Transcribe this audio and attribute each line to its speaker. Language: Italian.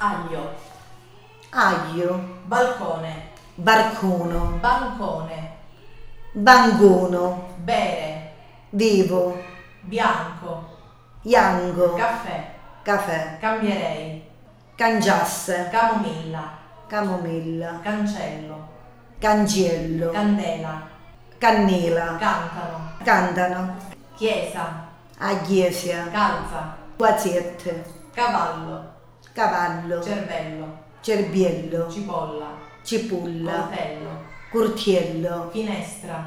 Speaker 1: aglio,
Speaker 2: aglio,
Speaker 1: balcone,
Speaker 2: barcono,
Speaker 1: bancone,
Speaker 2: bangono,
Speaker 1: bere,
Speaker 2: devo,
Speaker 1: bianco,
Speaker 2: yango,
Speaker 1: caffè,
Speaker 2: caffè,
Speaker 1: cambierei,
Speaker 2: cangiasse,
Speaker 1: camomilla,
Speaker 2: camomilla,
Speaker 1: cancello,
Speaker 2: cangiello,
Speaker 1: candela,
Speaker 2: cannela,
Speaker 1: cantano,
Speaker 2: cantano,
Speaker 1: chiesa,
Speaker 2: aghiesia,
Speaker 1: calza,
Speaker 2: guazette,
Speaker 1: cavallo,
Speaker 2: cavallo,
Speaker 1: cervello,
Speaker 2: cerbiello,
Speaker 1: cipolla,
Speaker 2: cipolla,
Speaker 1: coltello,
Speaker 2: curtiello,
Speaker 1: finestra.